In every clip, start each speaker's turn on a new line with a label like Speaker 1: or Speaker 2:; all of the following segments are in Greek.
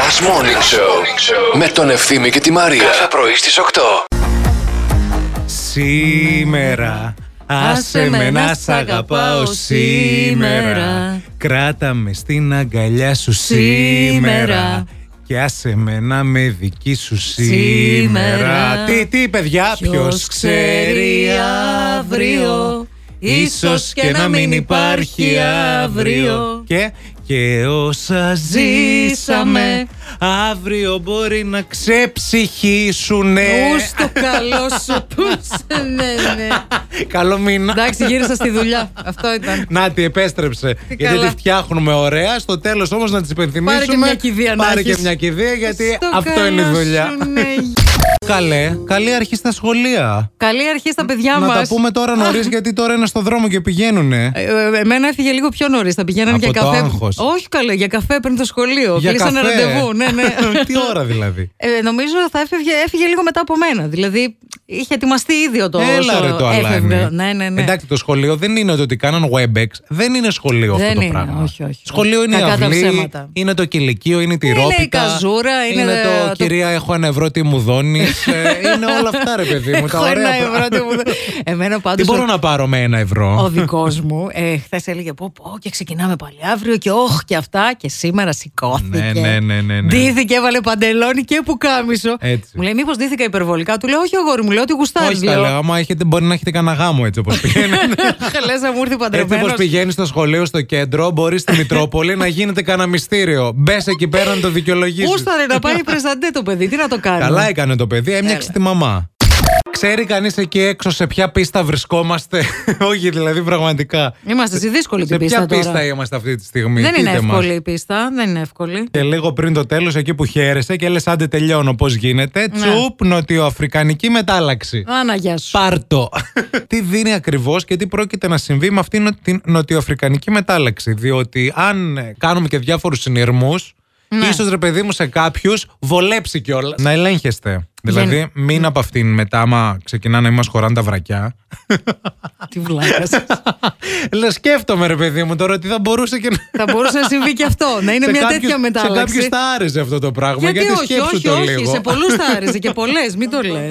Speaker 1: Last Morning Show με τον Ευθύμη και τη Μαρία. Κάθε πρωί στις 8.
Speaker 2: Σήμερα Άσε με να σ' αγαπάω σήμερα Κράτα με στην αγκαλιά σου σήμερα
Speaker 3: Σήμερα.
Speaker 2: Και άσε με να με δική σου σήμερα
Speaker 3: Σήμερα.
Speaker 2: Τι, τι παιδιά, ποιος
Speaker 3: Ποιος
Speaker 2: ξέρει
Speaker 3: ξέρει αύριο,
Speaker 2: Ίσως και να μην υπάρχει αύριο Και, και όσα ζήσαμε Αύριο μπορεί να ξεψυχήσουνε
Speaker 3: Ούς το καλό σου που σε ναι, ναι.
Speaker 2: Καλό μήνα
Speaker 3: Εντάξει, γύρισα στη δουλειά. Αυτό ήταν.
Speaker 2: Να τη επέστρεψε. γιατί
Speaker 3: καλά.
Speaker 2: τη φτιάχνουμε ωραία. Στο τέλος όμως να της υπενθυμίσουμε.
Speaker 3: Πάρε και μια κηδεία να
Speaker 2: Πάρε
Speaker 3: έχεις.
Speaker 2: και μια κηδεία γιατί
Speaker 3: Στο
Speaker 2: αυτό είναι η
Speaker 3: καλό
Speaker 2: δουλειά.
Speaker 3: σου, ναι.
Speaker 2: Καλέ, καλή αρχή στα σχολεία.
Speaker 3: Καλή αρχή στα παιδιά
Speaker 2: να
Speaker 3: μας
Speaker 2: τα πούμε τώρα νωρίς γιατί τώρα είναι στο δρόμο και πηγαίνουνε.
Speaker 3: Ε, ε, Εμένα έφυγε λίγο πιο νωρίς. Θα πηγαίνανε
Speaker 2: Από
Speaker 3: για
Speaker 2: το
Speaker 3: καφέ.
Speaker 2: άγχος.
Speaker 3: Όχι καλέ, για καφέ πριν το σχολείο.
Speaker 2: Για
Speaker 3: Κλείσανε
Speaker 2: καφέ.
Speaker 3: ραντεβού. Ναι, ναι.
Speaker 2: Τι ώρα δηλαδή.
Speaker 3: Ε, νομίζω θα έφυγε, έφυγε λίγο μετά από μένα. Δηλαδή είχε ετοιμαστεί ίδιο το
Speaker 2: Έλα
Speaker 3: όσο
Speaker 2: ρε το
Speaker 3: έφευγε.
Speaker 2: αλάνι.
Speaker 3: Ναι, ναι, ναι.
Speaker 2: Εντάξει, το σχολείο δεν είναι ότι κάναν WebEx. Δεν είναι σχολείο
Speaker 3: Δεν
Speaker 2: αυτό το
Speaker 3: είναι,
Speaker 2: πράγμα.
Speaker 3: όχι, όχι.
Speaker 2: Σχολείο είναι η
Speaker 3: Κακά τα
Speaker 2: αυλή,
Speaker 3: ψέματα.
Speaker 2: είναι το κηλικείο, είναι η τυρόπιτα.
Speaker 3: η καζούρα, είναι
Speaker 2: το,
Speaker 3: το-
Speaker 2: κυρία έχω ένα ευρώ τι μου δώνεις. Ε, είναι όλα αυτά ρε παιδί μου. τα
Speaker 3: Έχω
Speaker 2: ωραία
Speaker 3: ένα
Speaker 2: πράγματα.
Speaker 3: ευρώ. τι μου δίνει. Εμένα
Speaker 2: Τι
Speaker 3: πάντως
Speaker 2: μπορώ να πάρω με ένα
Speaker 3: ο
Speaker 2: ευρώ.
Speaker 3: δικός μου ε, χθες έλεγε πω, πω και ξεκινάμε πάλι αύριο και όχ και αυτά και σήμερα σηκώθηκε.
Speaker 2: Ναι, ναι, ναι, ναι, ναι.
Speaker 3: Ντύθηκε, έβαλε παντελόνι και πουκάμισο.
Speaker 2: Έτσι.
Speaker 3: Μου λέει μήπως ντύθηκα υπερβολικά. Του λέω όχι αγόρι μου, λέω ότι γουστάρεις.
Speaker 2: Όχι, τα λέω.
Speaker 3: λέω.
Speaker 2: Άμα έχετε, μπορεί να έχετε κανένα γάμο έτσι όπως πηγαίνει.
Speaker 3: Λες να μου ήρθε
Speaker 2: Έτσι
Speaker 3: παντρεμένος.
Speaker 2: όπως πηγαίνει στο σχολείο, στο κέντρο, μπορεί στη Μητρόπολη να γίνεται κανένα μυστήριο. Μπες εκεί πέρα να το δικαιολογήσεις.
Speaker 3: Γούσταρε να πάει πρεζαντέ το παιδί, τι να το κάνει.
Speaker 2: Καλά ε, έκανε το παιδί, έμοιαξε
Speaker 3: Έλα.
Speaker 2: τη μαμά. Ξέρει κανείς εκεί έξω σε ποια πίστα βρισκόμαστε. Όχι, δηλαδή πραγματικά.
Speaker 3: Είμαστε σε δύσκολη
Speaker 2: Σε
Speaker 3: την
Speaker 2: ποια
Speaker 3: πίστα τώρα.
Speaker 2: πίστα είμαστε αυτή τη στιγμή.
Speaker 3: Δεν είναι
Speaker 2: πείτε μας.
Speaker 3: εύκολη η πίστα, δεν είναι εύκολη.
Speaker 2: Και λίγο πριν το τέλος, εκεί που χαίρεσαι και λες: Άντε, τελειώνω. Πώς
Speaker 3: Ναι.
Speaker 2: γίνεται. Τσουπ, νοτιοαφρικανική μετάλλαξη.
Speaker 3: Άνα, γεια σου.
Speaker 2: Πάρτο. τι δίνει ακριβώς και τι πρόκειται να συμβεί με αυτήν νο- την νοτιοαφρικανική μετάλλαξη. Διότι αν ε, κάνουμε και διάφορους συνειρμούς, ναι. ίσως ρε παιδί μου σε κάποιους βολέψει κιόλας. Να ελέγχεστε. Δηλαδή,
Speaker 3: Ναι.
Speaker 2: μην από αυτήν μετά, άμα ξεκινά να μα χωράνε τα βρακιά.
Speaker 3: Τι βλάκας.
Speaker 2: Λε, σκέφτομαι ρε παιδί μου τώρα ότι θα μπορούσε και να.
Speaker 3: Θα μπορούσε να συμβεί και αυτό, να είναι
Speaker 2: σε
Speaker 3: μια
Speaker 2: κάποιους-
Speaker 3: τέτοια
Speaker 2: Σε
Speaker 3: μετάλλαξη.
Speaker 2: κάποιους θα άρεσε αυτό το πράγμα.
Speaker 3: Γιατί,
Speaker 2: Γιατί,
Speaker 3: όχι,
Speaker 2: σκέψου
Speaker 3: όχι,
Speaker 2: το
Speaker 3: όχι.
Speaker 2: λίγο.
Speaker 3: Σε πολλούς θα άρεσε και πολλές, μην το λες.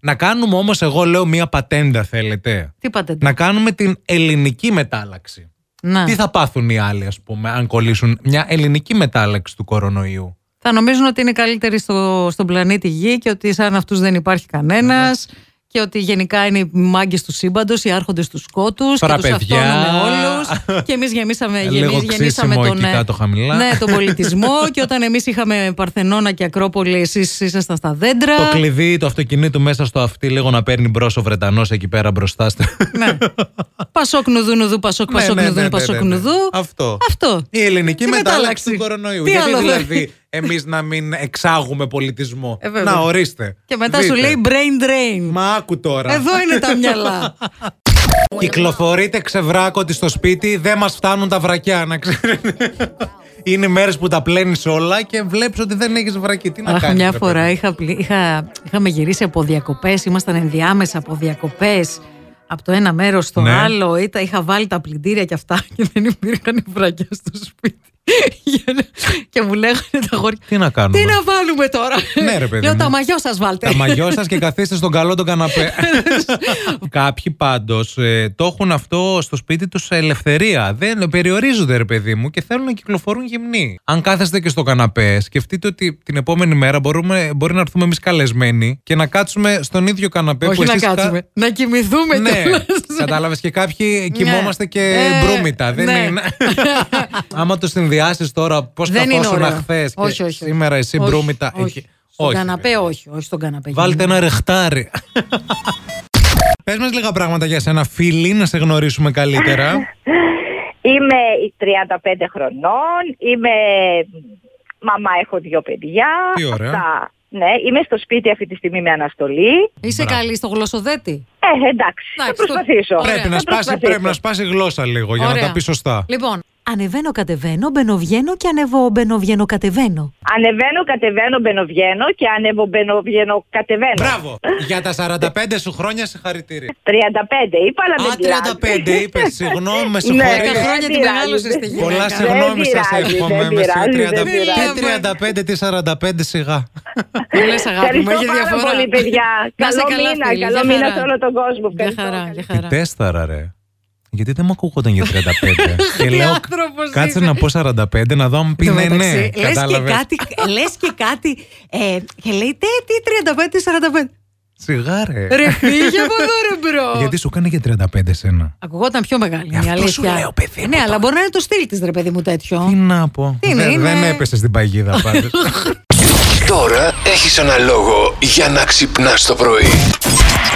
Speaker 2: Να κάνουμε όμως, εγώ λέω μία πατέντα, θέλετε.
Speaker 3: Τι πάτε.
Speaker 2: Να κάνουμε την ελληνική μετάλλαξη.
Speaker 3: Να.
Speaker 2: Τι θα πάθουν οι άλλοι, ας πούμε, αν κολλήσουν μια ελληνική μετάλλαξη του κορονοϊού.
Speaker 3: Θα νομίζουν ότι είναι καλύτεροι στο, στον πλανήτη Γη και ότι σαν αυτούς δεν υπάρχει κανένας.
Speaker 2: Ναι,
Speaker 3: Και ότι γενικά είναι οι μάγκες του σύμπαντος, οι άρχοντες του σκότους. Και του
Speaker 2: Φραπεδιά.
Speaker 3: αυτόνομε όλους. Και εμείς γεμίσαμε,
Speaker 2: Λίγο
Speaker 3: γεμί- γεμίσαμε
Speaker 2: ξύσιμο
Speaker 3: τον,
Speaker 2: εκεί
Speaker 3: ε,
Speaker 2: κάτω χαμηλά.
Speaker 3: Ναι, τον πολιτισμό. και όταν εμείς είχαμε Παρθενώνα και Ακρόπολη, εσείς ήσασταν στα δέντρα.
Speaker 2: Το κλειδί του αυτοκινήτου μέσα στο αυτί, λίγο να παίρνει μπρος ο Βρετανός εκεί πέρα μπροστά. στο-
Speaker 3: Ναι. Πασόκ νουδού, νουδού, πασόκ,
Speaker 2: Ναι,
Speaker 3: πασόκ,
Speaker 2: ναι, ναι,
Speaker 3: νουδού,
Speaker 2: ναι,
Speaker 3: πασόκ,
Speaker 2: ναι, ναι.
Speaker 3: νουδού.
Speaker 2: Αυτό.
Speaker 3: Αυτό.
Speaker 2: Η ελληνική
Speaker 3: Τι
Speaker 2: μετάλλαξη
Speaker 3: μετάλλαξη.
Speaker 2: του κορονοϊού.
Speaker 3: Τι
Speaker 2: Γιατί
Speaker 3: άλλο, δε.
Speaker 2: δηλαδή εμείς να μην εξάγουμε πολιτισμό.
Speaker 3: Ε, βέβαια.
Speaker 2: να ορίστε.
Speaker 3: Και μετά σου
Speaker 2: Δείτε.
Speaker 3: λέει brain drain.
Speaker 2: Μα άκου τώρα.
Speaker 3: Εδώ είναι τα μυαλά.
Speaker 2: Κυκλοφορείτε ξεβράκωτοι στο σπίτι, δεν μας φτάνουν τα βρακιά, να ξέρετε. Είναι μέρες που τα πλένεις όλα και βλέπεις ότι δεν έχεις βρακί. Τι να
Speaker 3: Αχ,
Speaker 2: κάνεις,
Speaker 3: μια
Speaker 2: ρε παιδί
Speaker 3: φορά είχα, πλη- είχα, είχαμε γυρίσει από διακοπές, ήμασταν ενδιάμεσα από διακοπές. Από το ένα μέρος στο
Speaker 2: Ναι.
Speaker 3: άλλο, ήταν, είχα βάλει τα πλυντήρια και αυτά και δεν υπήρχαν βρακιά στο σπίτι. Για να- και μου λέγανε τα χωριά.
Speaker 2: Τι να κάνουμε.
Speaker 3: Τι να βάλουμε τώρα.
Speaker 2: Ναι, ρε παιδί
Speaker 3: Λέω
Speaker 2: μου.
Speaker 3: τα μαγιό σας βάλτε.
Speaker 2: Τα μαγιό σας και καθίστε στον καλό τον καναπέ. Κάποιοι πάντως το έχουν αυτό στο σπίτι τους σε ελευθερία. Δεν περιορίζονται, ρε παιδί μου, και θέλουν να κυκλοφορούν γυμνοί. Αν κάθεστε και στο καναπέ, σκεφτείτε ότι την επόμενη μέρα μπορούμε, μπορεί να έρθουμε εμείς καλεσμένοι και να κάτσουμε στον ίδιο καναπέ που
Speaker 3: Όχι να
Speaker 2: εσείς κα-
Speaker 3: κάτσουμε. Να κοιμηθούμε
Speaker 2: Ναι,
Speaker 3: κιόλας.
Speaker 2: κατάλαβες και κάποιοι κοιμόμαστε και
Speaker 3: Ε,
Speaker 2: μπρούμητα. Δεν
Speaker 3: ναι.
Speaker 2: είναι. Άμα το συνδυάσεις τώρα, πώς
Speaker 3: Δεν είναι
Speaker 2: καθόσουν
Speaker 3: ωραίο.
Speaker 2: χθε
Speaker 3: Όχι,
Speaker 2: και
Speaker 3: όχι.
Speaker 2: σήμερα εσύ
Speaker 3: Όχι,
Speaker 2: μπρούμητα.
Speaker 3: όχι.
Speaker 2: εκεί.
Speaker 3: Στον
Speaker 2: Όχι,
Speaker 3: καναπέ, όχι. Όχι στον καναπέ.
Speaker 2: Βάλτε ένα ρεχτάρι. Πες μας λίγα πράγματα για σένα φίλη, να σε γνωρίσουμε καλύτερα.
Speaker 4: Είμαι 35 χρονών, είμαι μαμά, έχω δύο παιδιά.
Speaker 2: Τι ωραία.
Speaker 4: Αυτά. Ναι, είμαι στο σπίτι αυτή τη στιγμή με αναστολή.
Speaker 3: Είσαι
Speaker 2: Μπράβο.
Speaker 3: καλή στο γλωσσοδέτη.
Speaker 4: Ε, εντάξει,
Speaker 3: Εντάξει,
Speaker 4: θα προσπαθήσω.
Speaker 3: ωραία.
Speaker 2: πρέπει, να
Speaker 4: Θα
Speaker 2: σπάσει,
Speaker 4: προσπαθήσω.
Speaker 2: πρέπει να σπάσει γλώσσα λίγο για να
Speaker 3: Ωραία.
Speaker 2: τα πεις σωστά.
Speaker 3: Λοιπόν, ανεβαίνω, κατεβαίνω, μπαινοβγαίνω και ανεβώ, μπαινοβγαίνω, κατεβαίνω.
Speaker 4: Ανεβαίνω, κατεβαίνω, μπαινοβγαίνω και ανεβω, μπαινοβγαίνω, κατεβαίνω.
Speaker 2: Μπράβο! Για τα 45 σου χρόνια συγχαρητήρια.
Speaker 4: 35 είπα, αλλά
Speaker 2: Α,
Speaker 4: δεν
Speaker 2: 35
Speaker 4: πειράζει.
Speaker 2: είπες. Συγγνώμη, με
Speaker 4: Ναι,
Speaker 2: συγχωρείτε.
Speaker 4: δεν
Speaker 3: Χρόνια την
Speaker 4: πειράζει.
Speaker 3: μεγάλωσες τη γυναίκα.
Speaker 2: Πολλά
Speaker 3: Δεν
Speaker 2: συγγνώμη σας
Speaker 4: πειράζει,
Speaker 2: εύχομαι.
Speaker 4: δεν
Speaker 2: Με
Speaker 4: πειράζει, δεν πειράζει.
Speaker 2: συγχωρείτε. Τι 35, τι 45 σιγά.
Speaker 3: Μου λες αγάπη μου,
Speaker 4: Ευχαριστώ
Speaker 3: έχει
Speaker 4: πάρα
Speaker 3: διαφορά.
Speaker 4: πολύ, παιδιά.
Speaker 3: Να είσαι
Speaker 4: καλό
Speaker 3: καλά,
Speaker 4: μήνα,
Speaker 3: φίλη.
Speaker 4: καλό
Speaker 3: Γεια
Speaker 4: μήνα
Speaker 3: χαρά.
Speaker 4: σε όλο τον κόσμο.
Speaker 3: Για
Speaker 4: Ευχαριστώ.
Speaker 3: χαρά, για χαρά.
Speaker 2: Τι τέσταρα, ρε. Γιατί δεν μου ακούγονταν για 35. και
Speaker 3: Τι
Speaker 2: λέω,
Speaker 3: άνθρωπος
Speaker 2: κάτσε
Speaker 3: είσαι.
Speaker 2: να πω 45, να δω αν πει ναι, ναι.
Speaker 3: Λες και
Speaker 2: Κατάλαβες.
Speaker 3: κάτι. λες και κάτι. Ε, και λέει, τε, τι 35, 45.
Speaker 2: Σιγά, ρε.
Speaker 3: Ρε φύγε από εδώ ρε μπρο.
Speaker 2: Γιατί σου κάνει και 35 σένα.
Speaker 3: Ακουγόταν πιο μεγάλη είναι η
Speaker 2: Αυτό
Speaker 3: αλήθεια.
Speaker 2: σου λέω, παιδί μου,
Speaker 3: ναι, αλλά
Speaker 2: τώρα.
Speaker 3: μπορεί να είναι το στυλ της ρε παιδί μου
Speaker 2: Τι
Speaker 3: τέτοιο.
Speaker 2: να πω.
Speaker 3: Τι είναι,
Speaker 2: Δε-
Speaker 3: είναι-
Speaker 2: Δεν έπεσε στην παγίδα πάντως.
Speaker 1: Τώρα έχεις ένα λόγο για να ξυπνάς το πρωί.